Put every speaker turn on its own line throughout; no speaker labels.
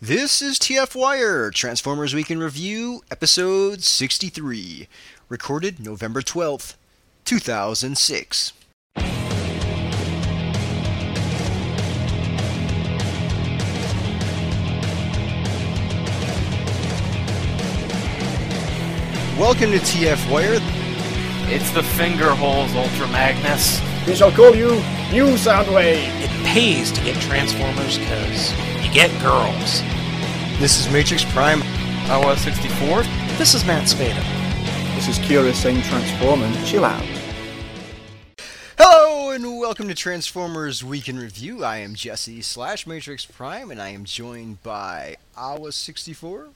This is TF Wire, Transformers Week in Review, episode 63, recorded November 12th, 2006. Welcome to TF Wire.
It's the finger holes, Ultra Magnus.
We shall call you New Soundwave.
it pays to get Transformers because you get girls.
This is Matrix Prime.
I was 64.
This is Matt Spada.
This is Kira saying Transform and chill out.
Hello and welcome to Transformers Week in Review. I am Jesse slash Matrix Prime and I am joined by Awa64.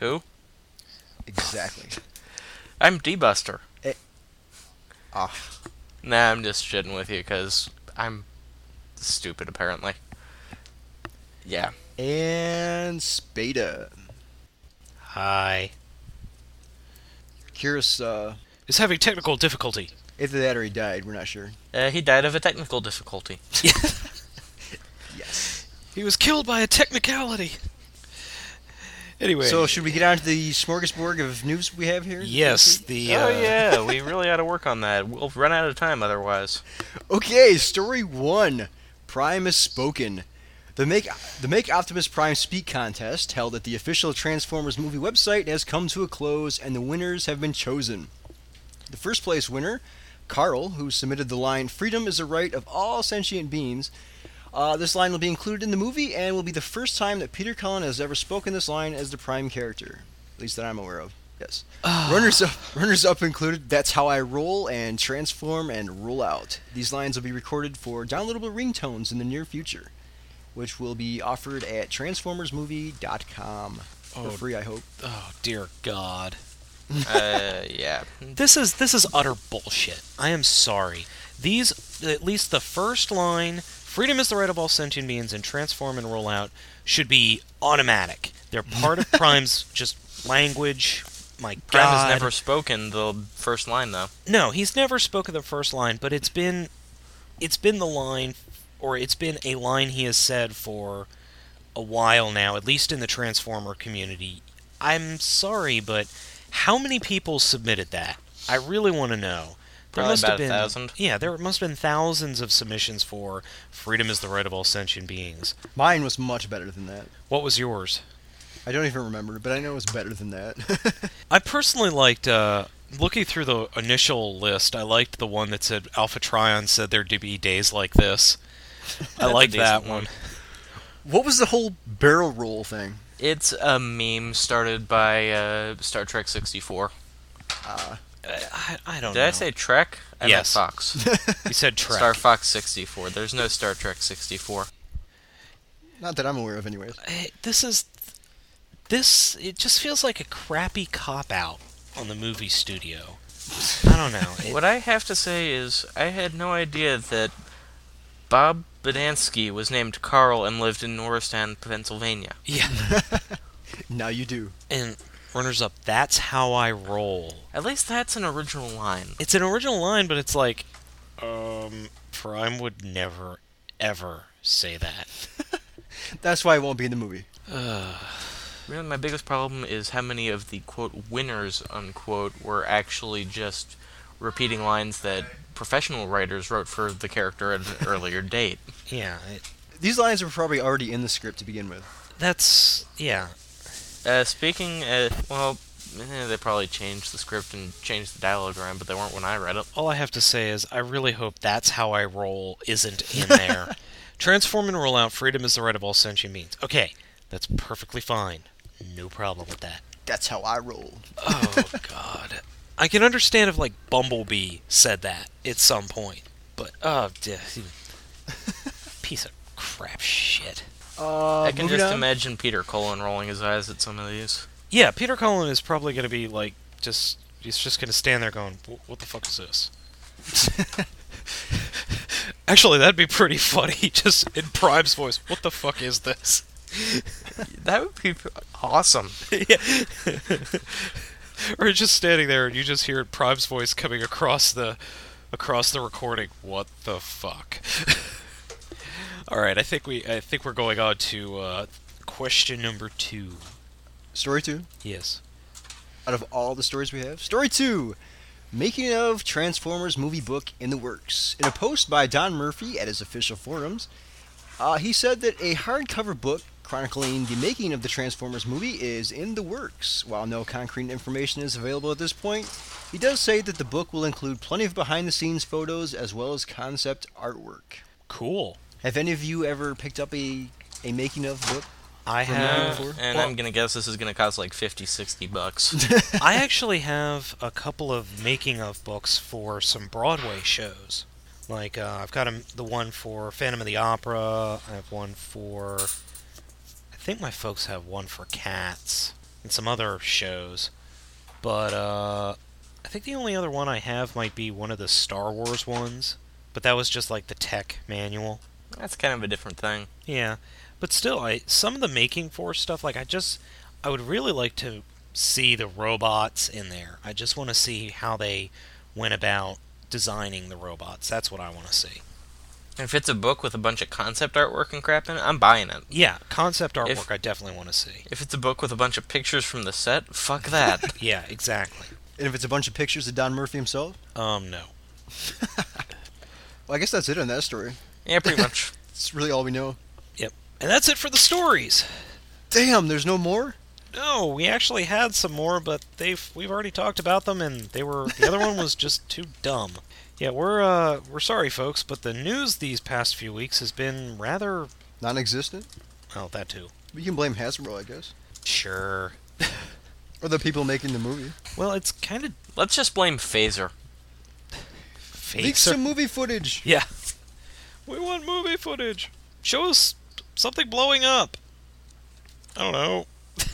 Who?
Exactly.
I'm D-Buster.
Ah,
Nah, I'm just shitting with you because I'm stupid, apparently. Yeah.
and Spada.
Hi.
Curious, uh,
Is having technical difficulty.
either that or he died, we're not sure.
Uh, he died of a technical difficulty.
Yes.
He was killed by a technicality. Anyway.
So, should we get on to the smorgasbord of news we have here?
yes, the
Oh,
uh,
yeah, we really ought to work on that. We'll run out of time otherwise.
Okay, story one. Prime is spoken. The make the make Optimus Prime speak contest held at the official Transformers movie website has come to a close, and the winners have been chosen. The first place winner, Carl, who submitted the line "Freedom is a right of all sentient beings." Uh, this line will be included in the movie and will be the first time that Peter Cullen has ever spoken this line as the Prime character, at least that I'm aware of. Yes. Runners up, runners up included. That's how I roll and transform and roll out. These lines will be recorded for downloadable ringtones in the near future, which will be offered at transformersmovie.com for
Oh.
free. I hope.
Oh dear God.
Uh, yeah.
This is this is utter bullshit. I am sorry. These at least the first line, freedom is the right of all sentient beings and transform and roll out should be automatic. They're part of Prime's just language. My God.
Prime has never spoken the first line, though.
No, he's never spoken the first line, but it's been it's been the line or it's been a line he has said for a while now, at least in the Transformer community. I'm sorry, but how many people submitted that? I really want to know. There
Probably
must
about
have
a
been
thousand.
Yeah, there must have been thousands of submissions for freedom is the right of all sentient beings.
Mine was much better than that.
What was yours?
I don't even remember, but I know it was better than that.
I personally liked uh, looking through the initial list. I liked the one that said Alpha Trion said there'd be days like this. I
That's a
liked that
decent
one.
one.
what was the whole barrel roll thing?
It's a meme started by uh, Star Trek 64.
I, I don't
Did
know.
I say Trek? I meant
Yes.
Fox.
you said Trek?
Star Fox 64. There's no Star Trek 64.
Not that I'm aware of, anyways.
Eh, this is this. It just feels like a crappy cop out on the movie studio. I don't know. It-
What I have to say is, I had no idea that Bob Badansky was named Carl and lived in Norristown, Pennsylvania.
yeah.
Now you do.
And runners up. That's how I roll.
At least that's an original line.
It's an original line, but it's like, um, Prime would never, ever say that.
That's why it won't be in the movie.
Really, my biggest problem is how many of the quote winners unquote were actually just repeating lines that professional writers wrote for the character at an earlier date.
Yeah. It,
These lines were probably already in the script to begin with.
That's yeah.
Uh, speaking, uh, well, eh, they probably changed the script and changed the dialogue around, but they weren't when I read it.
All I have to say is I really hope that's how I roll isn't in there. Transform and roll out. Freedom is the right of all sentient beings. Okay, that's perfectly fine. No problem with that.
That's how I roll.
Oh God, I can understand if like Bumblebee said that at some point, but oh, d- piece of crap shit.
Uh,
I can
moving
just
on.
imagine Peter Cullen rolling his eyes at some of these.
Yeah, Peter Cullen is probably gonna be like just he's just gonna stand there going, "Wh- "What the fuck is this?" Actually, that'd be pretty funny. Just in Prime's voice, "What the fuck is this?"
That would be p- awesome.
Yeah. or just standing there, and you just hear Prime's voice coming across the across the recording. What the fuck? All right, I think we I think we're going on to uh, question number two.
Story two.
Yes.
Out of all the stories we have, story two. Making of Transformers movie book in the works. In a post by Don Murphy at his official forums, uh, he said that a hardcover book chronicling the making of the Transformers movie is in the works. While no concrete information is available at this point, he does say that the book will include plenty of behind the scenes photos as well as concept artwork.
Cool.
Have any of you ever picked up a, a making of book?
I
From
have.
Before?
And
Well-
I'm gonna guess this is gonna cost like 50, 60 bucks.
I actually have a couple of making of books for some Broadway shows. Like uh, I've got 'em- the one for Phantom of the Opera. I have one for. I think my folks have one for Cats and some other shows, but uh, I think the only other one I have might be one of the Star Wars ones. But that was just like the tech manual.
That's kind of a different thing.
Yeah, but still, I some of the making for stuff like I just I would really like to see the robots in there. I just want to see how they went about designing the robots. That's what I want to see.
If it's a book with a bunch of concept artwork and crap in it, I'm buying it.
Yeah, concept artwork
If-
I definitely want to see.
If it's a book with a bunch of pictures from the set, fuck that.
Yeah, exactly.
And if it's a bunch of pictures of Don Murphy himself?
Um, no.
Well, I guess that's it on that story.
yeah, pretty much.
That's really all we know.
And that's it for the stories.
Damn, there's no more?
No, we actually had some more, but they've we've already talked about them, and they were the other one was just too dumb. Yeah, we're uh we're sorry, folks, but the news these past few weeks has been rather
Non existent?
well that too.
We can blame Hasbro, I guess.
Sure.
Or the people making the movie.
Well, it's kind of
Let's just blame Phaser.
Leak
fakes.
some movie footage.
yeah. We want movie footage. Show us something blowing up. I don't know.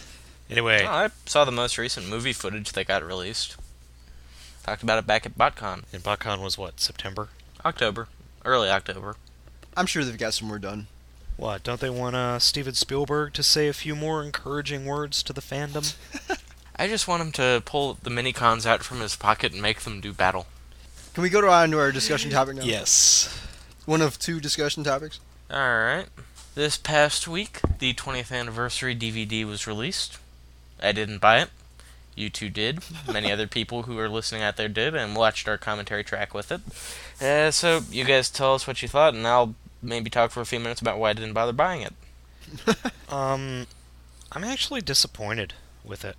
anyway,
Oh, I saw the most recent movie footage that got released. Talked about it back at BotCon.
and BotCon was what September?
October. Early October.
I'm sure they've got some more done.
What don't they want uh, Steven Spielberg to say a few more encouraging words to the fandom?
I just want him to pull the mini cons out from his pocket and make them do battle.
Can we go to- on to our discussion topic now?
Yes.
One of two discussion topics.
Alright. This past week, the 20th anniversary DVD was released. I didn't buy it. You two did. Many other people who are listening out there did and watched our commentary track with it. Uh, so, you guys tell us what you thought, and I'll maybe talk for a few minutes about why I didn't bother buying it.
Um, I'm actually disappointed with it.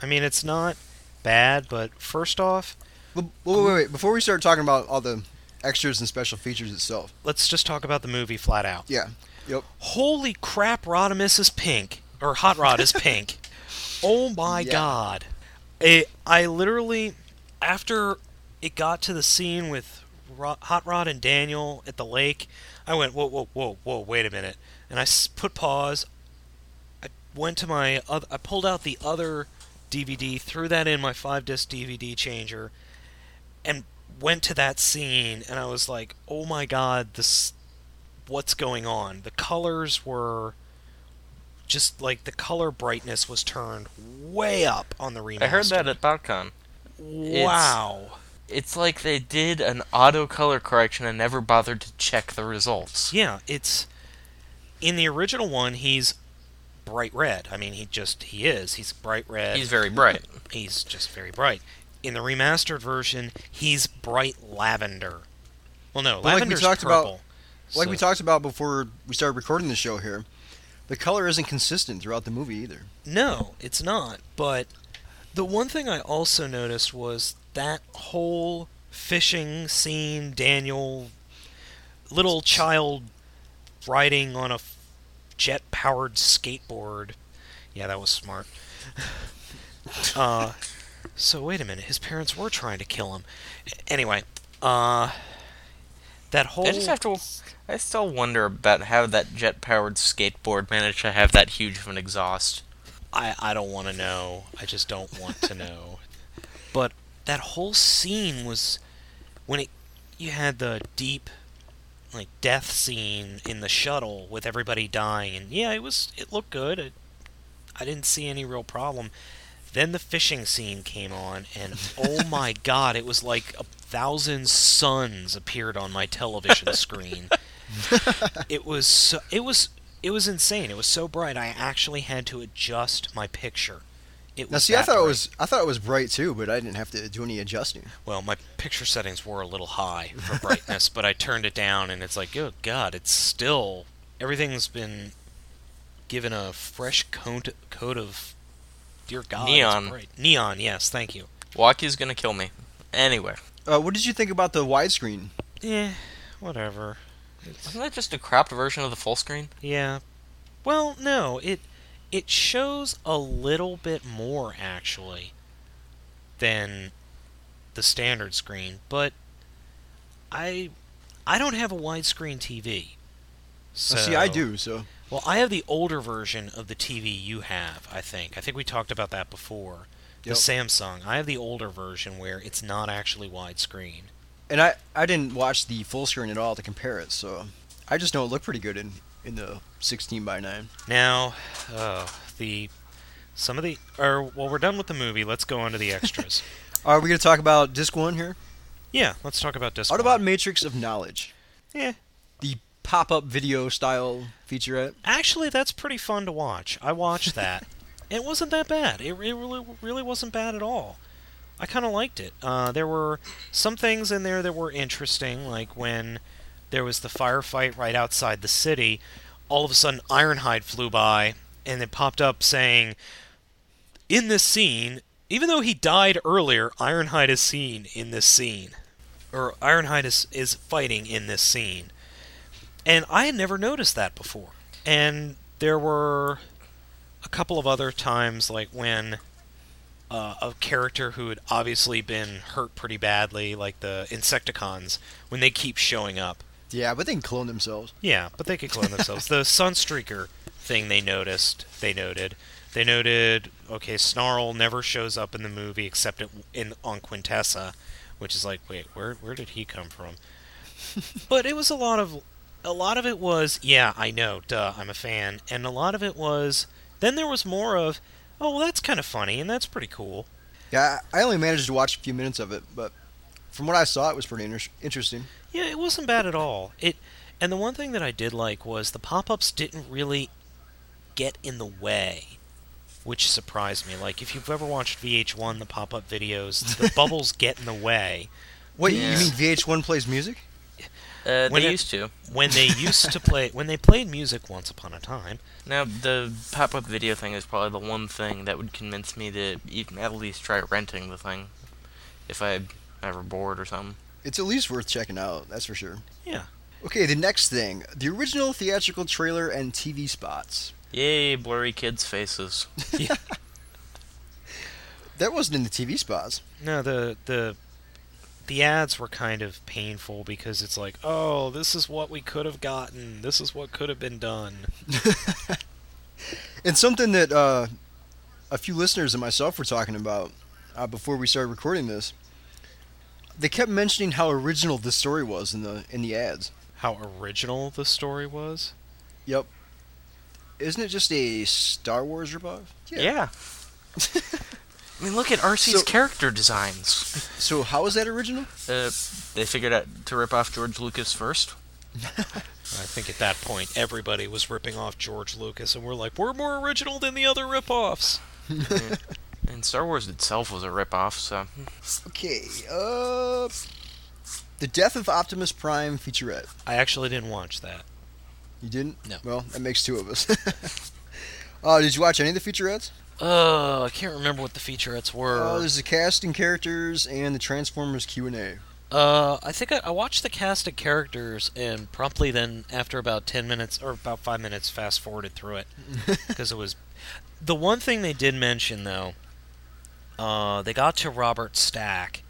I mean, it's not bad, but first off,
Well, wait, wait, wait. Before we start talking about all the extras and special features itself.
let's just talk about the movie flat out.
Yeah. Yep.
Holy crap, Rodimus is pink. Or Hot Rod is pink. Oh my
Yeah.
god. It, I literally, after it got to the scene with Ro- Hot Rod and Daniel at the lake, I went, whoa, whoa, whoa, whoa, wait a minute. And I s- put pause. I went to my, oth- I pulled out the other DVD, threw that in my 5 disc DVD changer, and went to that scene, and I was like, oh my god, this what's going on. The colors were just like the color brightness was turned way up on the remaster.
I heard that at BotCon.
wow.
It's like they did an auto color correction and never bothered to check the results.
Yeah, it's in the original one. He's bright red. I mean, he just he is. He's bright red.
He's very bright.
he's just very bright. In the remastered version, he's bright lavender. Well, no,
But like we
lavender's
talked about-
purple.
Like we
So-
talked about before we started recording the show here, the color isn't consistent throughout the movie either.
No, it's not. But the one thing I also noticed was that whole fishing scene, Daniel, little child riding on a jet powered skateboard. Yeah, that was smart. uh, so, wait a minute. His parents were trying to kill him. Anyway, uh, that whole.
I just have to. I still wonder about how that jet-powered skateboard managed to have that huge of an exhaust.
I, I don't want to know. I just don't want to know. But that whole scene was when it you had the deep like death scene in the shuttle with everybody dying and yeah, it was it looked good. It, I didn't see any real problem. Then the fishing scene came on and oh my god, it was like a thousand suns appeared on my television screen. it was so, it was It was insane. It was so bright. I actually had to adjust my picture. It was
Now, see,
that
I thought it
bright.
was I thought it was bright too, but I didn't have to do any adjusting.
well, my picture settings were a little high for brightness, but I turned it down, and it's like, oh god, it's still everything's been given a fresh coat coat of dear god it's
Neon.
bright. Neon, yes, thank you.
Walkie's gonna kill me. Anyway,
Uh, what did you think about the widescreen?
Yeah, Eh, whatever. It's,
isn't that just a cropped version of the full screen?
yeah. Well, no, it it shows a little bit more actually than the standard screen, but I I don't have a widescreen TV. So
Uh, see, I do. So
Well, I have the older version of the TV you have, I think. I think we talked about that before. The
Yep.
Samsung. I have the older version where it's not actually widescreen.
and I I didn't watch the full screen at all to compare it. So I just know it looked pretty good in in the 16 by 9.
Now, uh, the some of the or well, we're done with the movie. Let's go on to the extras.
Are we gonna talk about disc one here?
yeah, let's talk about this.
What
one.
about Matrix of Knowledge?
Yeah,
The pop-up video style featurette.
actually, that's pretty fun to watch. I watched that. it wasn't that bad. It, re- really really wasn't bad at all. I kind of liked it. Uh, there were some things in there that were interesting, like when there was the firefight right outside the city. All of a sudden, Ironhide flew by, and it popped up saying, "In this scene, even though he died earlier, Ironhide is seen in this scene, or Ironhide is is fighting in this scene." And I had never noticed that before. And there were a couple of other times, like when uh, a character who had obviously been hurt pretty badly, like the Insecticons, when they keep showing up.
Yeah, but they can clone themselves.
Yeah, but they could clone themselves. the Sunstreaker thing they noticed, they noted. They noted, okay, Snarl never shows up in the movie except at, in on Quintessa, which is like, wait, where where did he come from? but it was a lot of a lot of it was, yeah, I know, duh, I'm a fan, and a lot of it was. Then there was more of, oh, well, that's kind of funny and that's pretty cool.
Yeah, I I only managed to watch a few minutes of it, but from what I saw, it was pretty inter- interesting.
Yeah, it wasn't bad at all. It and the one thing that I did like was the pop-ups didn't really get in the way, which surprised me. Like if you've ever watched VH1 the pop-up videos, the bubbles get in the way
What
Yeah.
you mean? VH1 plays music?
Uh,
When
they
it-
used to.
when they used to play when they played music once upon a time.
Now the pop-up video thing is probably the one thing that would convince me to even at least try renting the thing, if I ever bored or something.
It's at least worth checking out. That's for sure.
Yeah.
Okay, the next thing: the original theatrical trailer and TV spots.
Yay, blurry kids' faces.
That wasn't in the TV spots.
No, the the the ads were kind of painful because it's like, "Oh, this is what we could have gotten. This is what could have been done."
It's something that uh, a few listeners and myself were talking about uh, before we started recording this. They kept mentioning how original the story was in the in the ads.
How original the story was.
Yep. Isn't it just a Star Wars ripoff?
I mean, look at RC's
So-
character designs.
So how is that original?
Uh, they figured out to rip off George Lucas first.
I think at that point everybody was ripping off George Lucas, and we're like, we're more original than the other ripoffs.
And Star Wars itself was a ripoff, so
Okay. Uh, the death of Optimus Prime featurette.
I actually didn't watch that.
You didn't?
No.
Well, that makes two of us. uh, did you watch any of the featurettes?
Oh, I can't remember what the featurettes were.
Uh, there's the cast and characters and the Transformers Q and A.
Uh, I think I, I watched the cast of characters, and promptly then, after about ten minutes or about five minutes, fast forwarded through it because it was. The one thing they did mention, though, uh, they got to Robert Stack,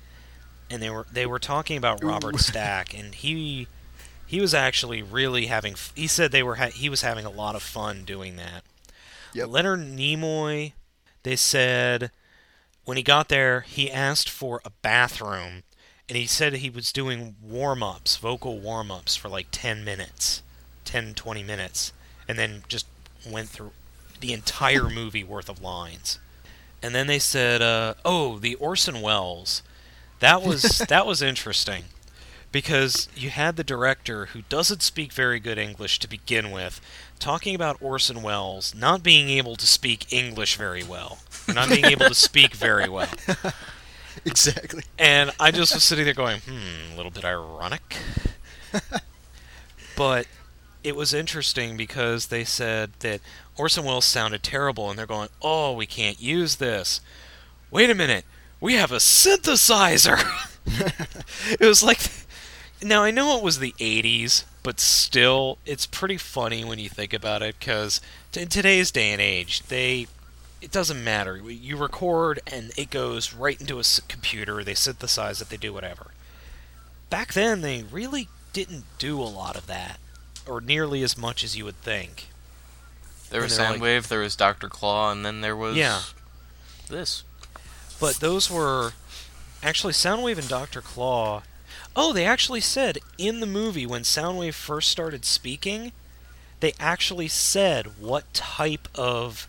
and they were they were talking about Robert
Ooh.
Stack, and he he was actually really having. f- He said they were ha- he was having a lot of fun doing that.
Yep.
Leonard Nimoy, they said when he got there, he asked for a bathroom and he said he was doing warm ups, vocal warm ups for like 10 minutes, 10, 20 minutes, and then just went through the entire movie worth of lines. And then they said, uh, oh, the Orson Welles. That was that was interesting because you had the director who doesn't speak very good English to begin with talking about Orson Welles not being able to speak English very well, not being able to speak very well.
Exactly.
And I just was sitting there going, hmm, a little bit ironic. but it was interesting because they said that Orson Welles sounded terrible, and they're going, oh, we can't use this. Wait a minute, we have a synthesizer! it was like. Now, I know it was the 80s, but still, it's pretty funny when you think about it because in today's day and age, they it doesn't matter. You record and it goes right into a s- computer. They synthesize it. They do whatever. Back then, they really didn't do a lot of that, or nearly as much as you would think.
There was
And they're like-
Soundwave, there was Doctor Claw, and then there was
Yeah.
this.
But those were actually Soundwave and Doctor Claw. Oh, they actually said in the movie when Soundwave first started speaking, they actually said what type of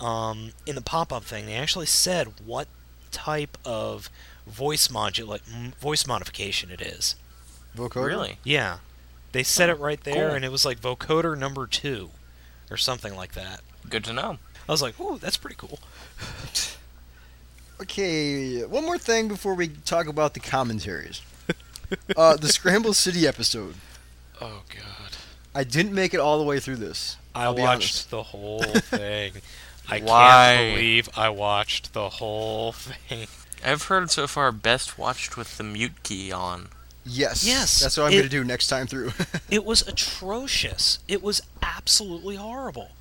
um, in the pop-up thing. They actually said what type of voice modula- m- voice modification it is.
Vocoder?
Really?
Yeah, they said it right there,
cool.
and it was like vocoder number two, or something like that.
Good to know.
I was like, "Ooh, that's pretty cool."
Okay, one more thing before we talk about the commentaries. uh, the Scramble City episode.
Oh god.
I didn't make it all the way through this.
I
I'll be
watched the whole thing. I
Why?
can't believe I watched the whole thing.
I've heard so far best watched with the mute key on.
Yes.
Yes,
That's what I'm
it-
going to do next time through.
It was atrocious. It was absolutely horrible.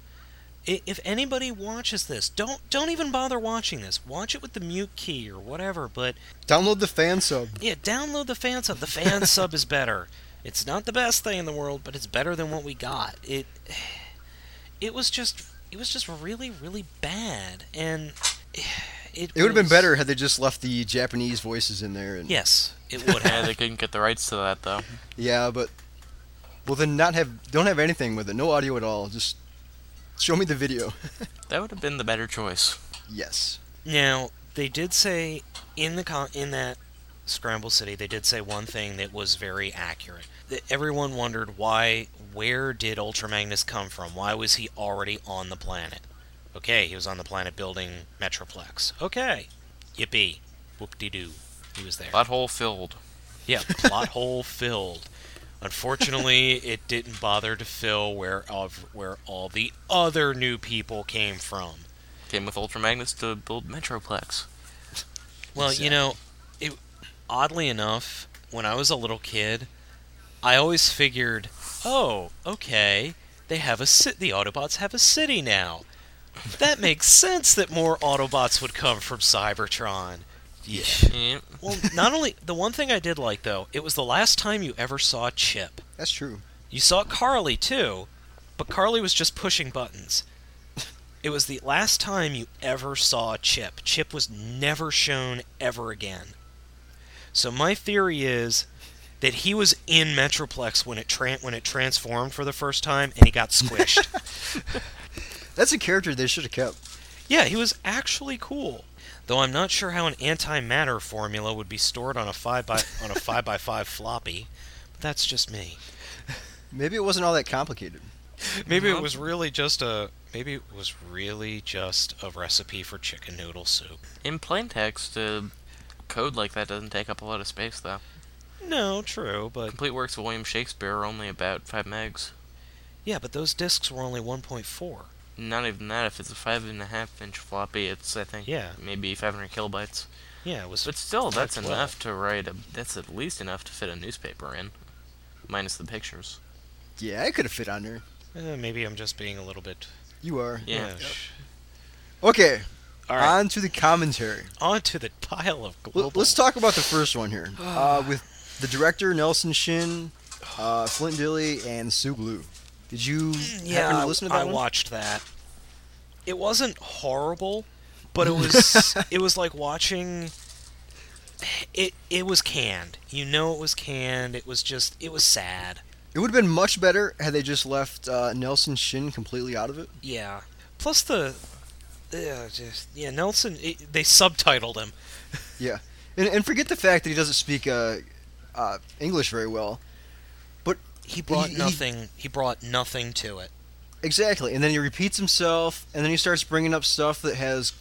I- If anybody watches this, don't don't even bother watching this. Watch it with the mute key or whatever. But
Download the fan sub.
yeah, download the fan sub. The fan sub is better. It's not the best thing in the world, but it's better than what we got. It it was just it was just really really bad, and it
It would have been
was-
better had they just left the Japanese voices in there. And,
Yes, it would
Yeah,
have.
they couldn't get the rights to that though.
Yeah, but well, then not have don't have anything with it. No audio at all. Just show me the video.
That would have been the better choice.
Yes.
Now they did say in the con- in that Scramble City, they did say one thing that was very accurate. That everyone wondered why, where did Ultra Magnus come from? Why was he already on the planet? Okay, he was on the planet building Metroplex. Okay, yippee, whoop de doo, he was there.
Butthole filled.
Yeah, plot hole filled. Unfortunately, it didn't bother to fill where of where all the other new people came from.
Came with Ultra Magnus to build Metroplex.
Well, you know, it, oddly enough, when I was a little kid, I always figured, oh, okay, they have a ci- the Autobots have a city now. That makes sense that more Autobots would come from Cybertron. Yeah.
Yeah.
Well, not only the one thing I did like though, it was the last time you ever saw Chip.
That's true.
You saw Carly too, but Carly was just pushing buttons. It was the last time you ever saw Chip. Chip was never shown ever again. So my theory is that he was in Metroplex when it tran when it transformed for the first time and he got squished.
That's a character they should have kept.
yeah, he was actually cool. Though I'm not sure how an antimatter formula would be stored on a five by on a five by five floppy. But that's just me.
Maybe it wasn't all that complicated.
Maybe it
Mhm.
was really just a maybe it was really just a recipe for chicken noodle soup.
In plain text, uh, code like that doesn't take up a lot of space though.
No, true, but
Complete works of William Shakespeare are only about five megs.
yeah, but those discs were only 1.4.
Not even that. If it's a five and a half inch floppy, it's I think
Yeah.
maybe 500 kilobytes.
Yeah, it was
But still, that's
That's
enough to write. A, that's at least enough to fit a newspaper in, minus the pictures.
Yeah, it could have fit on there.
eh, maybe I'm just being a little bit
You are.
Yeah.
yeah, sh-
Okay,
All right,
on to the commentary.
on to the pile of
L-
global.
let's talk about the first one here uh, with the director Nelson Shin, uh, Flint Dilly, and Sue Blue. Did you happen
Mm, Yeah,
to listen to
I,
that
I
one?
watched that. It wasn't horrible, but it was it was like watching it it was canned. You know it was canned. It was just it was sad.
It would have been much better had they just left uh, Nelson Shin completely out of it.
Yeah. Plus the, uh, just yeah, Nelson. It, they subtitled him.
And, and forget the fact that he doesn't speak uh, uh, English very well. But
He brought
he-
nothing. He, brought nothing to it.
Exactly, and then he repeats himself, and then he starts bringing up stuff that has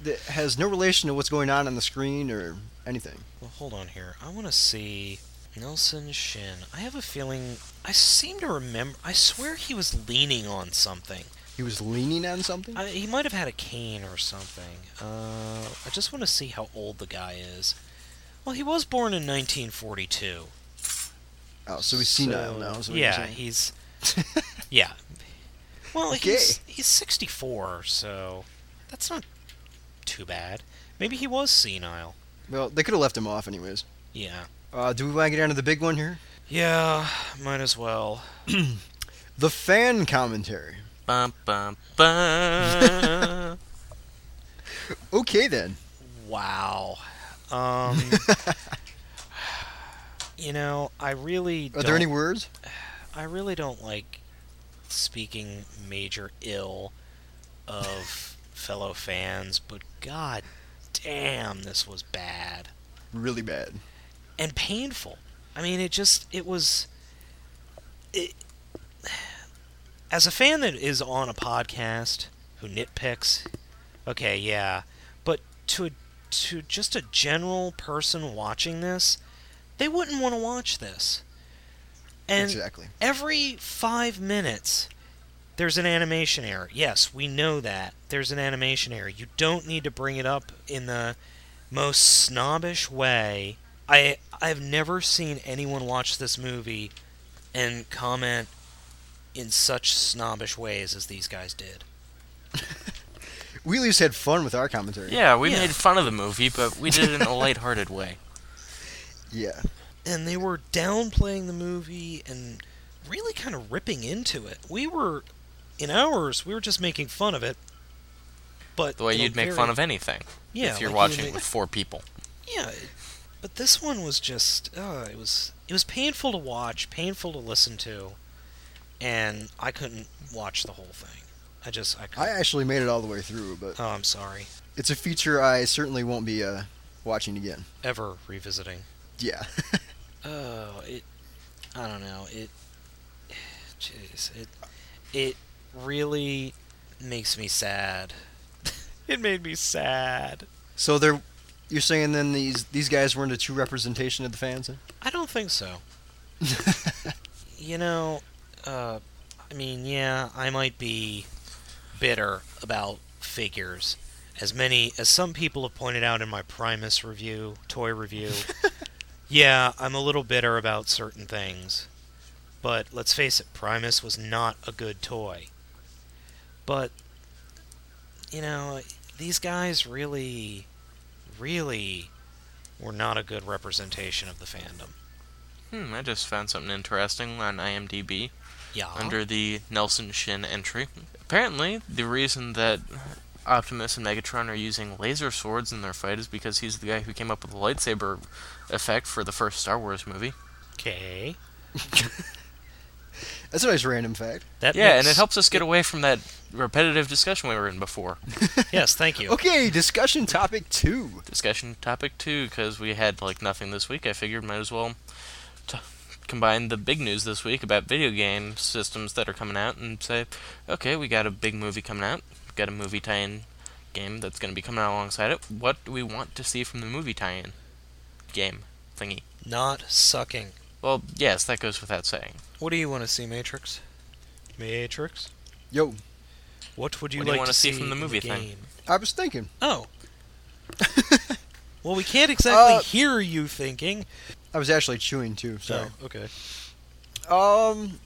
that has no relation to what's going on on the screen or anything.
Well, hold on here. I want to see Nelson Shin. I have a feeling. I seem to remember. I swear he was leaning on something.
He was leaning on something.
I, he might have had a cane or something. Uh, I just want to see how old the guy is. Well, he was born in 1942.
Oh, so he's senile now. Is what
yeah,
You're saying.
he's. yeah. Well,
Okay.
he's he's 64, so that's not too bad. Maybe he was senile.
well, they could have left him off anyways.
Yeah.
Uh, do we want to get down to the big one here?
Yeah, might as well.
The fan commentary.
Bum, bum, bum.
Okay then.
Wow. Um. you know, I really.
Are
don't-
there any words?
I really don't like speaking major ill of fellow fans, but god damn, this was bad
Really bad.
and painful. I mean, it just it was it, as a fan that is on a podcast who nitpicks. Okay, yeah, but to a, to just a general person watching this, they wouldn't want to watch this. And
exactly.
every five minutes there's an animation error yes we know that there's an animation error you don't need to bring it up in the most snobbish way i i've never seen anyone watch this movie and comment in such snobbish ways as these guys did
We at least had fun with our commentary.
yeah, we
Yeah.
made fun of the movie, but we did it in a lighthearted way.
Yeah.
and they were downplaying the movie and really kind of ripping into it we were in ours we were just making fun of it but
The way
in a
you'd make
very-
fun of anything
yeah,
if you're
like, you
watching
make-
with four people.
Yeah, but this one was just uh, it was it was painful to watch, painful to listen to, and I couldn't watch the whole thing. I just I
I
couldn't.
actually made it all the way through, but
oh, I'm sorry.
it's a feature I certainly won't be uh, watching again.
Ever revisiting.
Yeah.
Oh, it. I don't know. It. Jeez. It. It really makes me sad. it made me sad.
so they're you're saying then these these guys weren't a true representation of the fans? then?
I don't think so. You know, uh, I mean, yeah, I might be bitter about figures. As many as some people have pointed out in my Primus review, toy review, yeah, I'm a little bitter about certain things. But let's face it, Primus was not a good toy. But, you know, these guys really, really were not a good representation of the fandom.
Hmm, I just found something interesting on IMDb
Yeah.
under the Nelson Shin entry. Apparently, the reason that Optimus and Megatron are using laser swords in their fight is because he's the guy who came up with the lightsaber effect for the first Star Wars movie.
Okay.
That's a nice random fact.
That
yeah,
makes-
and it helps us get away from that repetitive discussion we were in before.
Yes, thank you.
Okay, discussion topic two.
discussion topic two because we had like nothing this week. I figured might as well t- combine the big news this week about video game systems that are coming out and say, okay, we got a big movie coming out, we got a movie tie-in game that's going to be coming out alongside it. What do we want to see from the movie tie-in game thingy?
Not sucking.
Well, yes, that goes without saying.
What do you want to see, Matrix? Matrix.
Yo,
What would you
What do you
like
wanna
to
see from the
in
movie
game?
thing?
I was thinking.
Oh. well, we can't exactly
Uh,
hear you thinking.
I was actually chewing too. Sorry.
Oh, okay.
Um.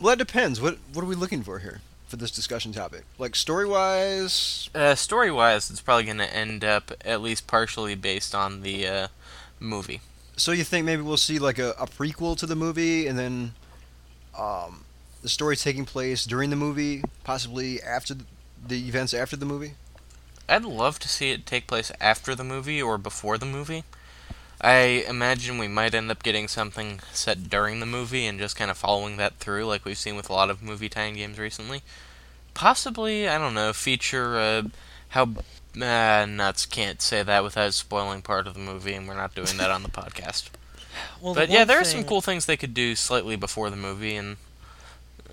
Well, that depends. What what are we looking for here for this discussion topic? Like story wise,
Uh, story-wise, it's probably going to end up at least partially based on the uh, movie.
So you think maybe we'll see like a, a prequel to the movie, and then um, the story taking place during the movie, possibly after the, the events after the movie.
I'd love to see it take place after the movie or before the movie. I imagine we might end up getting something set during the movie and just kind of following that through, like we've seen with a lot of movie tie-in games recently. Possibly, I don't know, feature uh, how uh, nuts can't say that without spoiling part of the movie, and we're not doing that on the podcast.
Well, the
But yeah,
one
there are
thing-
some cool things they could do slightly before the movie, and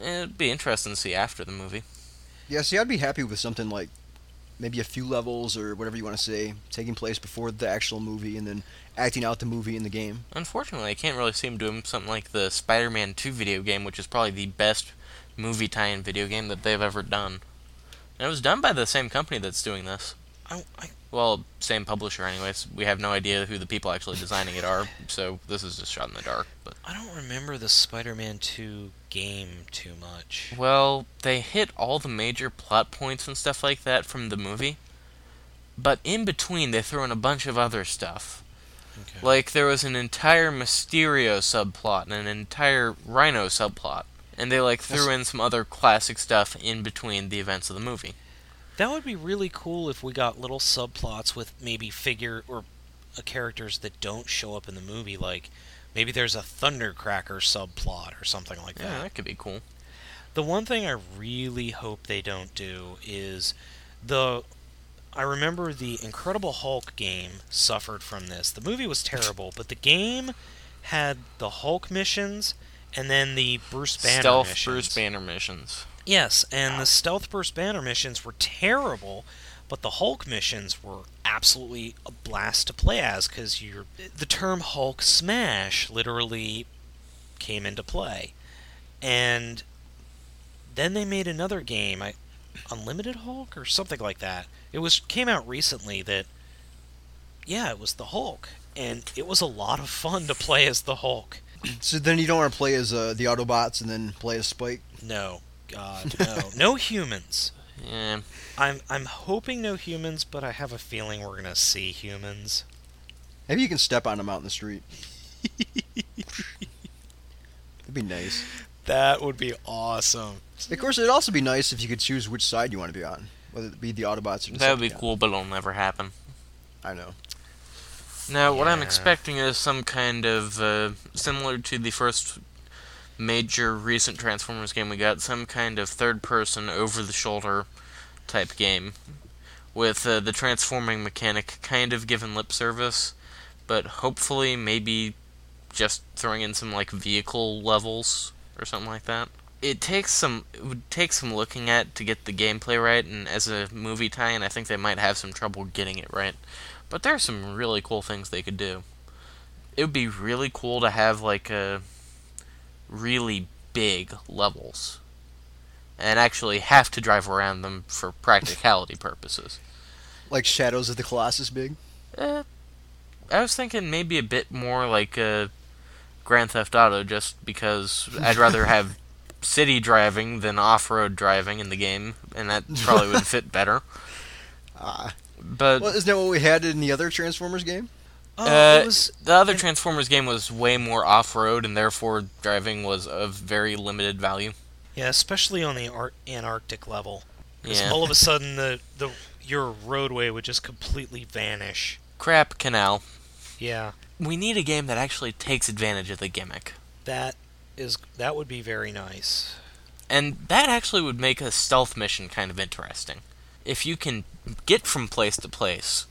it'd be interesting to see after the movie.
Yeah, see, I'd be happy with something like maybe a few levels or whatever you want to say taking place before the actual movie and then acting out the movie in the game.
Unfortunately, I can't really see him doing something like the Spider-Man 2 video game, which is probably the best movie tie-in video game that they've ever done. And it was done by the same company that's doing this.
I, I,
Well, same publisher, anyways. We have no idea who the people actually designing it are, so this is just shot in the dark. But
I don't remember the Spider-Man 2 game too much.
well, they hit all the major plot points and stuff like that from the movie, but in between they throw in a bunch of other stuff.
Okay.
Like there was an entire Mysterio subplot and an entire Rhino subplot, and they like threw in some other classic stuff in between the events of the movie.
That would be really cool if we got little subplots with maybe figure or uh, characters that don't show up in the movie. Like maybe there's a Thundercracker subplot or something like
Yeah,
that.
that could be cool.
The one thing I really hope they don't do is the. I remember the Incredible Hulk game suffered from this. The movie was terrible, but the game had the Hulk missions and then the Bruce Banner
Stealth
missions.
Bruce Banner missions.
Yes, and the Stealth Burst Banner missions were terrible, but the Hulk missions were absolutely a blast to play as because you're the term Hulk smash literally came into play, and then they made another game, I, Unlimited Hulk or something like that. It was came out recently that, yeah, it was the Hulk, and it was a lot of fun to play as the Hulk.
So then you don't want to play as uh, the Autobots and then play as Spike.
No, God, no, no humans.
Yeah,
I'm I'm hoping no humans, but I have a feeling we're gonna see humans.
Maybe you can step on them out in the street. That'd be nice.
That would be awesome.
Of course, it'd also be nice if you could choose which side you want to be on, whether it be the Autobots or the
that would be
Decepticons.
cool, but it'll never happen.
I know.
Now, what I'm
Yeah.
expecting is some kind of uh, similar to the first major recent Transformers game we got, some kind of third-person over-the-shoulder type game with uh, the transforming mechanic kind of given lip service, but hopefully maybe just throwing in some like vehicle levels or something like that. It takes some it would take some looking at to get the gameplay right, and as a movie tie-in, I think they might have some trouble getting it right. But there are some really cool things they could do. It would be really cool to have like a really big levels and actually have to drive around them for practicality purposes.
Like Shadows of the Colossus, big.
Uh, I was thinking maybe a bit more like uh, Grand Theft Auto, just because I'd rather have city driving than off-road driving in the game, and that probably would fit better.
Ah.
But
Well, isn't that what we had in the other Transformers game?
Oh,
Uh,
it was
the other
and-
Transformers game was way more off road, and therefore driving was of very limited value.
yeah, especially on the Ar- Antarctic level. 'Cause
Yeah.
all of a sudden the the your roadway would just completely vanish.
Crap, Canal.
Yeah,
We need a game that actually takes advantage of the gimmick.
that is that would be very nice.
And that actually would make a stealth mission kind of interesting. If you can get from place to place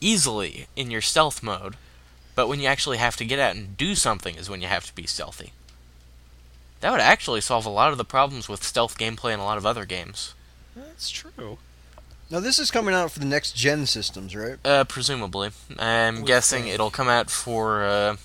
easily in your stealth mode, but when you actually have to get out and do something is when you have to be stealthy. That would actually solve a lot of the problems with stealth gameplay in a lot of other games.
That's true.
Now this is coming out for the next gen systems, right?
Uh, presumably. I'm
Would
guessing
think.
it'll come out for uh,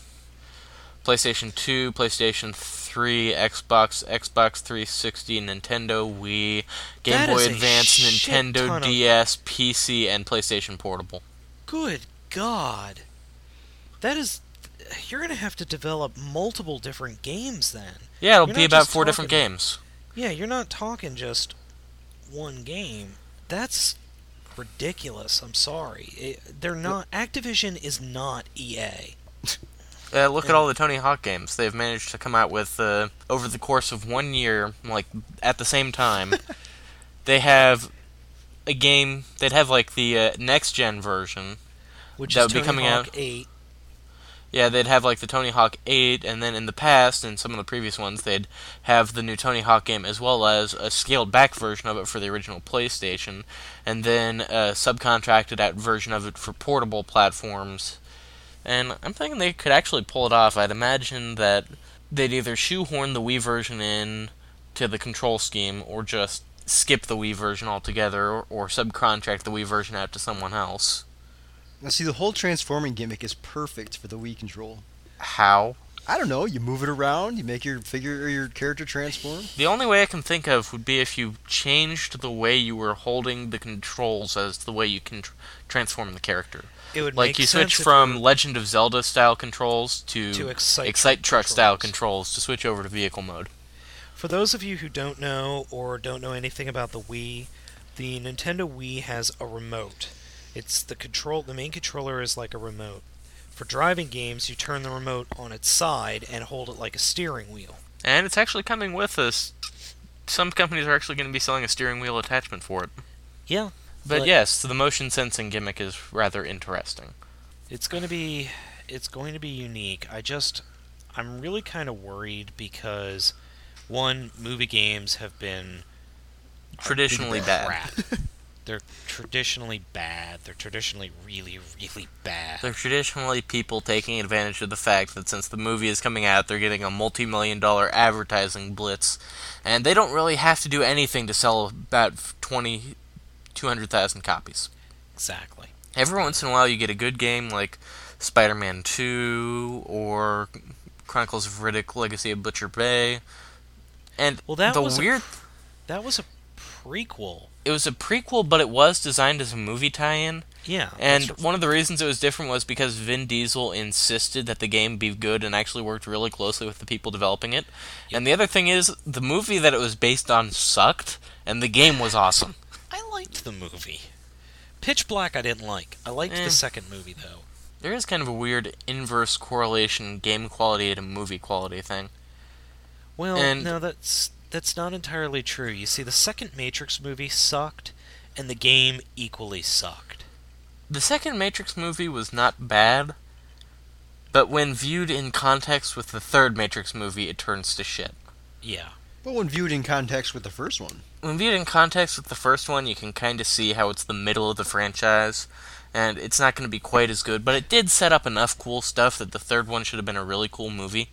PlayStation 2, PlayStation 3, Xbox, Xbox 360, Nintendo, Wii, Game
That
Boy
is a
Advance,
shit ton
Nintendo
of-
DS, PC, and PlayStation Portable.
Good God, that is you're gonna have to develop multiple different games then.
Yeah, it'll
You're
be
not
about
just
four different
talking-
games.
Yeah, you're not talking just one game. That's ridiculous. I'm sorry. It, they're not. Activision is not E EA.
Uh, look at
Yeah.
all the Tony Hawk games. They've managed to come out with, uh, over the course of one year, like, at the same time, they have a game, they'd have, like, the uh, next gen version.
Which
That would
is
be
Tony
coming
Hawk
out.
8.
Yeah, they'd have like the Tony Hawk 8, and then in the past, and some of the previous ones, they'd have the new Tony Hawk game as well as a scaled back version of it for the original PlayStation, uh, and then a subcontracted out version of it for portable platforms, And I'm thinking they could actually pull it off. I'd imagine that they'd either shoehorn the Wii version in to the control scheme or just skip the Wii version altogether or, or subcontract the Wii version out to someone else.
Now, see, the whole transforming gimmick is perfect for the Wii control.
How?
I don't know. You move it around. You make your figure or your character transform.
The only way I can think of would be if you changed the way you were holding the controls as the way you can tr- transform the character.
It would
Like
make
you
sense
switch
if
from Legend of Zelda style controls to,
To Excite
truck style
controls.
controls to switch over to vehicle mode.
For those of you who don't know or don't know anything about the Wii, the Nintendo Wii has a remote. It's the control the main controller is like a remote. For driving games, you turn the remote on its side and hold it like a steering wheel.
And it's actually coming with us. Some companies are actually going to be selling a steering wheel attachment for it.
Yeah.
But,
But-
yes, the motion sensing gimmick is rather interesting.
It's going to be it's going to be unique. I just I'm really kind of worried because one movie games have been
Traditionally bad.
crap. They're traditionally bad. They're traditionally really really bad.
They're traditionally people taking advantage of the fact that since the movie is coming out, they're getting a multi million dollar advertising blitz, and they don't really have to do anything to sell about 20, 200,000 copies.
exactly.
Every once in a while, you get a good game like Spider Man 2 or Chronicles of Riddick Legacy of Butcher Bay. And
Well, that
the
was a
weird
That was a prequel.
it was a prequel, but it was designed as a movie tie-in.
Yeah.
And
that's-
one of the reasons it was different was because Vin Diesel insisted that the game be good and actually worked really closely with the people developing it. And the other thing is, the movie that it was based on sucked, and the game was awesome.
I liked the movie. Pitch Black I didn't like. I liked
Eh.
the second movie though.
There is kind of a weird inverse correlation game quality to movie quality thing.
Well,
And-
no, that's that's not entirely true. You see, the second Matrix movie sucked, and the game equally sucked.
The second Matrix movie was not bad, but when viewed in context with the third Matrix movie, it turns to shit.
Yeah.
But when viewed in context with the first one,
when viewed in context with the first one, you can kind of see how it's the middle of the franchise, and it's not going to be quite as good. But it did set up enough cool stuff that the third one should have been a really cool movie.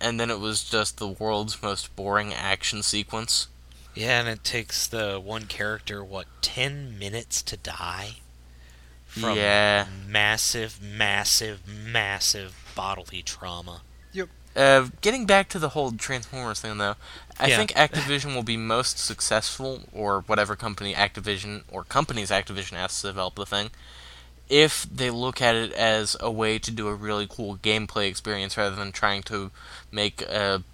And then it was just the world's most boring action sequence.
Yeah, and it takes the one character what ten minutes to die from
Yeah.
massive, massive, massive bodily trauma.
Uh, getting back to the whole Transformers thing, though, I
Yeah.
think Activision will be most successful, or whatever company Activision or companies Activision has to develop the thing, if they look at it as a way to do a really cool gameplay experience rather than trying to make a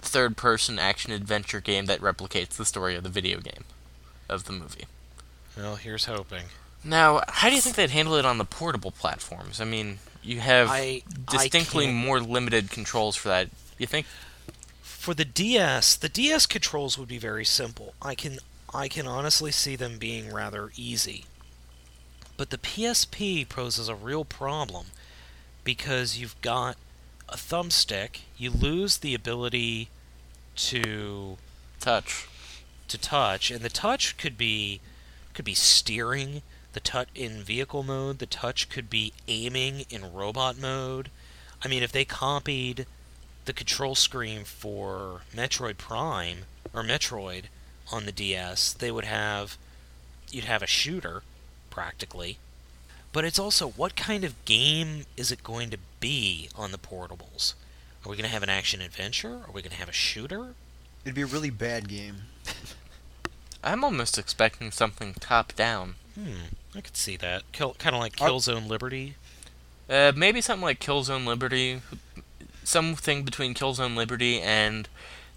third-person action adventure game that replicates the story of the video game, of the movie.
Well, here's hoping.
Now, how do you think they'd handle it on the portable platforms? I mean, you have
I- I
distinctly
can't-
more limited controls for that. You think
for the DS, the DS controls would be very simple. I can I can honestly see them being rather easy. But the PSP poses a real problem because you've got a thumbstick, you lose the ability to
touch?
to touch, and the touch could be could be steering, the touch in vehicle mode, the touch could be aiming in robot mode. I mean, if they copied the control screen for Metroid Prime or Metroid on the DS, they would have you'd have a shooter practically. But it's also what kind of game is it going to be on the portables? Are we going to have an action adventure? Are we going to have a shooter?
it'd be a really bad game.
I'm almost expecting something top down.
Hmm, I could see that. Kill, kind of like
Are-
Killzone Liberty.
Uh, maybe something like Killzone Liberty, something between Killzone Liberty and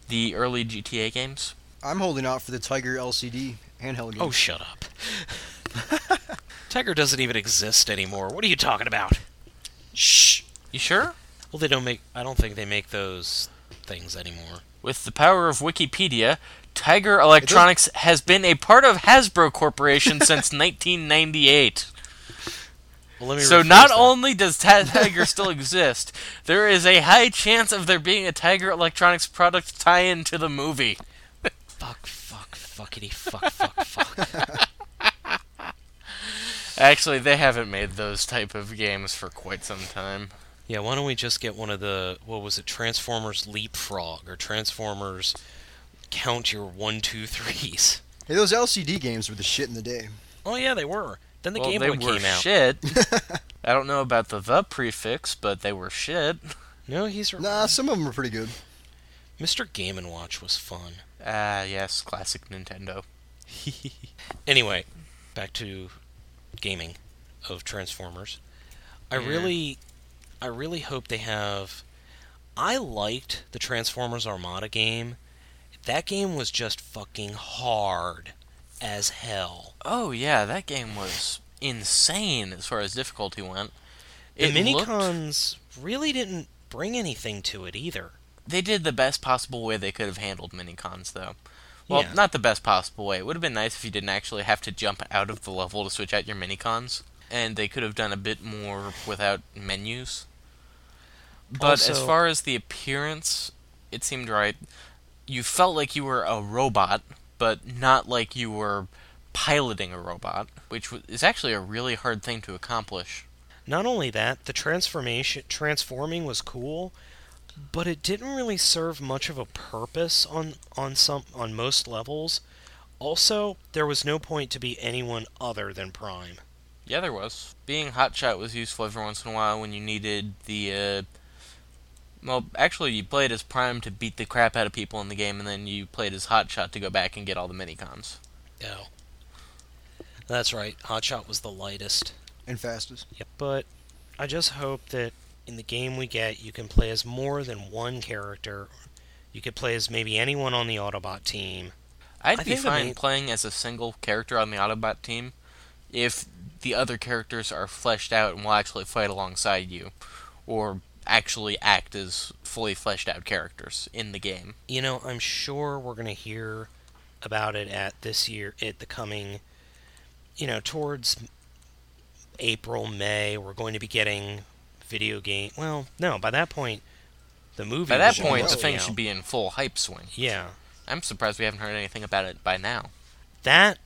the early GTA games.
I'm holding out for the Tiger LCD handheld game.
Oh, shut up. Tiger doesn't even exist anymore. What are you talking about? Shh.
You sure?
Well, they don't make. I don't think they make those things anymore.
With the power of Wikipedia, Tiger Electronics has been a part of Hasbro Corporation since 1998.
Well, let me.
So
rephrase
not
that.
only does Ta- Tiger still exist, there is a high chance of there being a Tiger Electronics product tie-in to the movie.
Fuck. Fuck. Fuckity. Fuck. Fuck. Fuck.
Actually, they haven't made those type of games for quite some time.
Yeah, why don't we just get one of the what was it, Transformers Leapfrog or Transformers Count Your One Two Threes?
Hey, those LCD games were the shit in the day.
Oh yeah, they were. Then the
well,
Game
they
Boy
were
came out.
shit. I don't know about the the prefix, but they were shit.
No, he's right.
Nah, some of them were pretty good.
Mr. Game and Watch was fun.
Ah, yes, classic Nintendo.
Anyway, back to gaming of Transformers. I
Yeah.
really I really hope they have I liked the Transformers Armada game. That game was just fucking hard as hell.
Oh yeah, that game was insane as far as difficulty went.
The
It looked-
minicons really didn't bring anything to it either.
they did the best possible way they could have handled minicons though. Well,
Yeah.
not the best possible way. It would have been nice if you didn't actually have to jump out of the level to switch out your minicons, and they could have done a bit more without menus. But as
Also-
far as the appearance, it seemed right. You felt like you were a robot, but not like you were piloting a robot, which w- is actually a really hard thing to accomplish.
Not only that, the transformation transforming was cool, but it didn't really serve much of a purpose on on some on most levels. Also, there was no point to be anyone other than Prime.
Yeah, there was. Being Hotshot was useful every once in a while when you needed the. Uh, well, actually, you played as Prime to beat the crap out of people in the game, and then you played as Hotshot to go back and get all the minicons.
No. That's right. Hotshot was the lightest.
And fastest.
Yep. But I just hope that in the game we get, you can play as more than one character. You could play as maybe anyone on the Autobot team.
I'd
I
be
think the
fine
main-
playing as a single character on the Autobot team if the other characters are fleshed out and will actually fight alongside you, or actually act as fully fleshed out characters in the game.
you know, I'm sure we're going to hear about it at this year, at the coming, you know, towards April, May, we're going to be getting video game. Well, no, by that point, the movie.
By that
will be
point, the
coming
thing
out.
should be in full hype swing.
Yeah,
I'm surprised we haven't heard anything about it by now.
that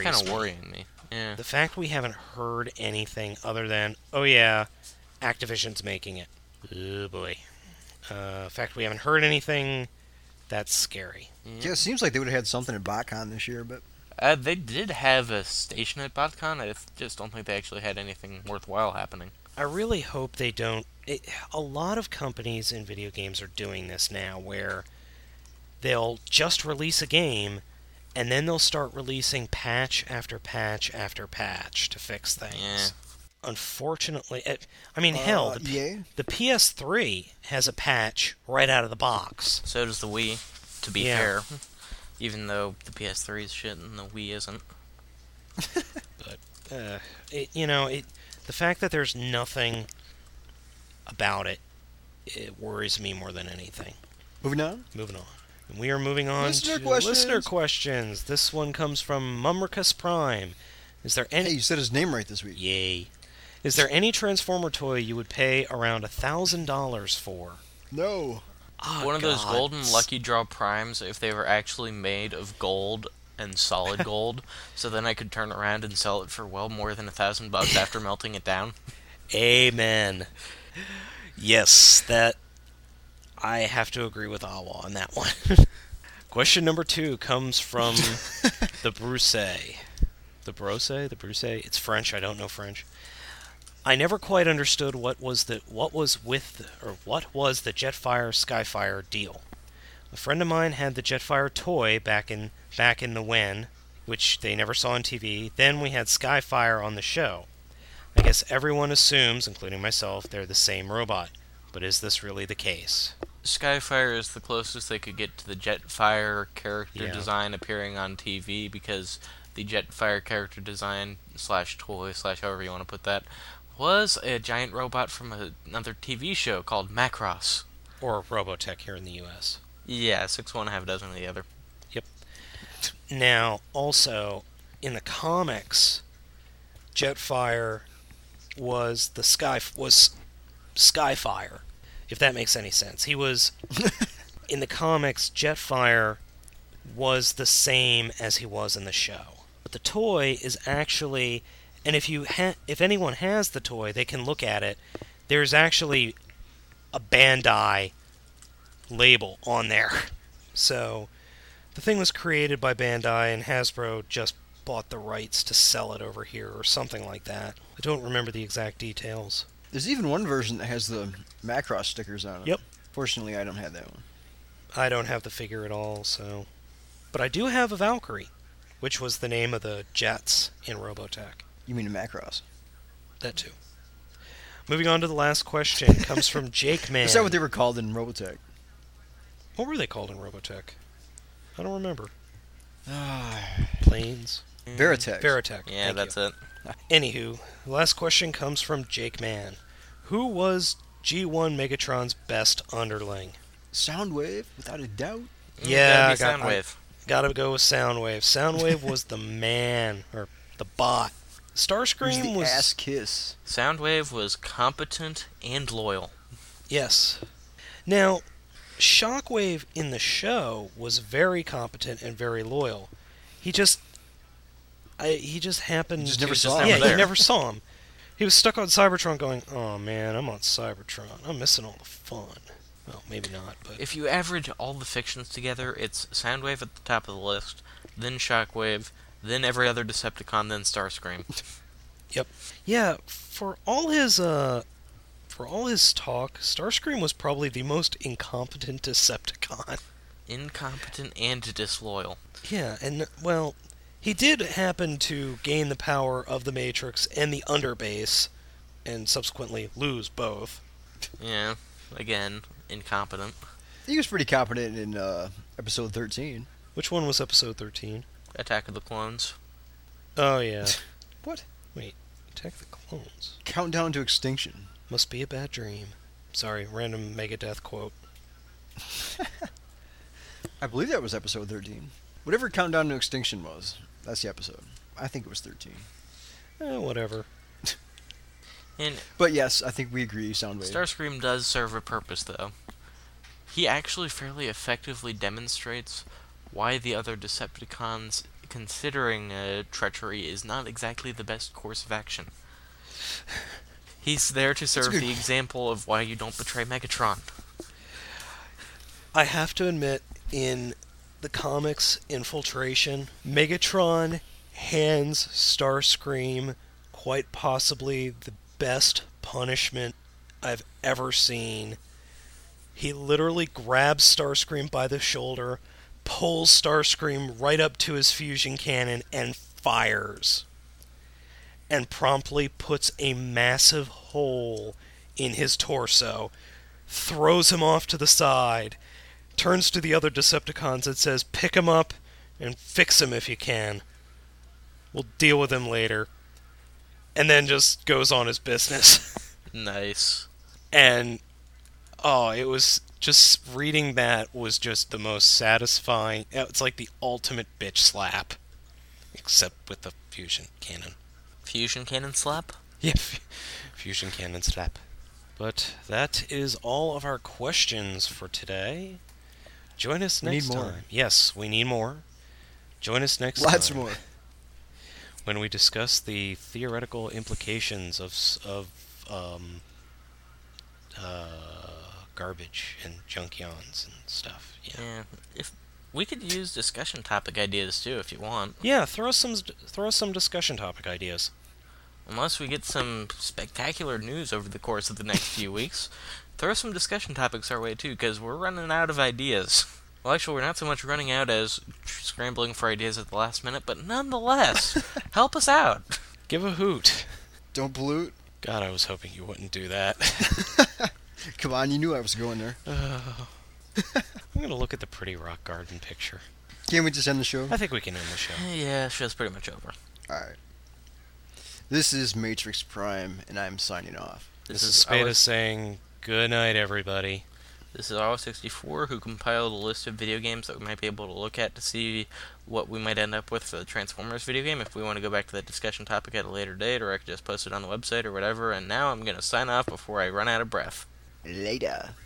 That's kind of
me.
worrying me. Yeah.
The fact we haven't heard anything other than, oh yeah, Activision's making it. Oh boy. Uh, the fact we haven't heard anything, that's scary.
Yeah, it seems like they would have had something at BotCon this year, but
Uh, they did have a station at BotCon. I just don't think they actually had anything worthwhile happening.
I really hope they don't. It, a lot of companies in video games are doing this now where they'll just release a game and then they'll start releasing patch after patch after patch to fix things. Unfortunately, it, I mean, hell,
Uh,
the, P-
EA?
the PS3 has a patch right out of the box.
So does the Wii, to be
Yeah.
fair. Even though the PS3 is shit and the Wii isn't.
Uh, it, you know, it, the fact that there's nothing about it, it worries me more than anything.
moving on.
Moving on. And we are moving on
Listener
to
questions.
listener questions. This one comes from Mumricus Prime. Is there
Hey,
any
you said his name right this week.
Yay. Is there any Transformer toy you would pay around a thousand dollars for?
No.
Ah,
One of those
God.
golden Lucky Draw primes, if they were actually made of gold and solid gold, so then I could turn around and sell it for well more than a thousand bucks after melting it down.
Amen. Yes, that I have to agree with Awa on that one. Question number two comes from the Bruce. The Brose? The Bruce? It's French. I don't know French. I never quite understood what was the what was with the, or what was the Jetfire Skyfire deal. A friend of mine had the Jetfire toy back in back in the when, which they never saw on TV. Then we had Skyfire on the show. I guess everyone assumes, including myself, they're the same robot. But is this really the case?
Skyfire is the closest they could get to the Jetfire character
Yeah.
design appearing on TV because the Jetfire character design slash toy slash however you want to put that was a giant robot from a, another TV show called Macross.
Or Robotech here in the US.
Yeah, six one half dozen of the other.
Now, also, in the comics, Jetfire was the Sky was Skyfire, if that makes any sense. He was in the comics, Jetfire was the same as he was in the show. But the toy is actually And if you ha- if anyone has the toy, they can look at it. There's actually a Bandai label on there. So the thing was created by Bandai and Hasbro just bought the rights to sell it over here or something like that. I don't remember the exact details.
There's even one version that has the Macross stickers on it.
Yep.
Fortunately, I don't have that one.
I don't have the figure at all, so but I do have a Valkyrie, which was the name of the Jets in Robotech.
You mean the Macross?
That too. Moving on to the last question comes from Jake Man.
Is that what they were called in Robotech?
What were they called in Robotech? I don't remember.
Ah,
Planes.
Veritech.
Veritech.
Yeah,
thank
that's it.
you. Anywho, the last question comes from Jake Man. Who was G1 Megatron's best underling?
Soundwave, without a doubt.
Mm,
Yeah, I
gotta
got-
be Soundwave.
Gotta go with Soundwave. Soundwave was the man, or the bot.
Who's
Starscream
the
was.
ass kiss?
Soundwave was competent and loyal.
Yes. Now, Shockwave in the show was very competent and very loyal. He just, I, he just happened.
You just
to
never
just
saw him.
Yeah,
Never
you
there.
never saw him. He was stuck on Cybertron, going, "Oh man, I'm on Cybertron. I'm missing all the fun." Well, maybe not, but
If you average all the fictions together, it's Soundwave at the top of the list, then Shockwave, then every other Decepticon, then Starscream.
yeah, for all his uh, for all his talk, Starscream was probably the most incompetent Decepticon.
Incompetent and disloyal.
Yeah, and well, he did happen to gain the power of the Matrix and the Underbase, and subsequently lose both.
Yeah, again, incompetent.
He was pretty competent in uh, episode 13.
Which one was episode thirteen?
Attack of the Clones.
Oh yeah.
What?
Wait, attack the clones.
Countdown to extinction.
Must be a bad dream. Sorry, random Megadeth quote.
I believe that was episode 13. Whatever Countdown to Extinction was, that's the episode. I think it was 13.
Eh, whatever.
And
But yes, I think we agree, Soundwave.
Starscream does serve a purpose, though. He actually fairly effectively demonstrates why the other Decepticons, considering uh, treachery, is not exactly the best course of action. He's there to serve
good-
the example of why you don't betray Megatron.
I have to admit, in the comics Infiltration, Megatron hands Starscream quite possibly the best punishment I've ever seen. He literally grabs Starscream by the shoulder, pulls Starscream right up to his fusion cannon, and fires. And promptly puts a massive hole in his torso, throws him off to the side, turns to the other Decepticons and says, Pick him up and fix him if you can. We'll deal with him later. And then just goes on his business.
Nice.
and, oh, it was just reading that was just the most satisfying. It's like the ultimate bitch slap, except with the fusion cannon.
Fusion cannon slap?
Yeah, f- fusion cannon slap. But that is all of our questions for today. Join us
We need
next
more.
time. Yes, we need more. Join us next
Lots
time
more.
when we discuss the theoretical implications of s- of um, uh, garbage and junk yawns and stuff. Yeah.
Yeah. If we could use discussion topic ideas too, if you want.
Yeah. Throw some s- throw some discussion topic ideas.
Unless we get some spectacular news over the course of the next few weeks, throw some discussion topics our way too, because we're running out of ideas. Well, actually, we're not so much running out as scrambling for ideas at the last minute, but nonetheless, help us out.
Give a hoot.
Don't pollute.
God, I was hoping you wouldn't do that.
Come on, you knew I was going there.
Uh, I'm gonna look at the pretty rock garden picture.
Can't we just end the show?
I think we can end the show.
Yeah, show's pretty much over.
Alright. This is Matrix Prime, and I'm signing off.
This, is Spada
our-
saying good night, everybody.
This is RO64, who compiled a list of video games that we might be able to look at to see what we might end up with for the Transformers video game if we want to go back to that discussion topic at a later date, or I could just post it on the website or whatever. And now I'm going to sign off before I run out of breath.
Later.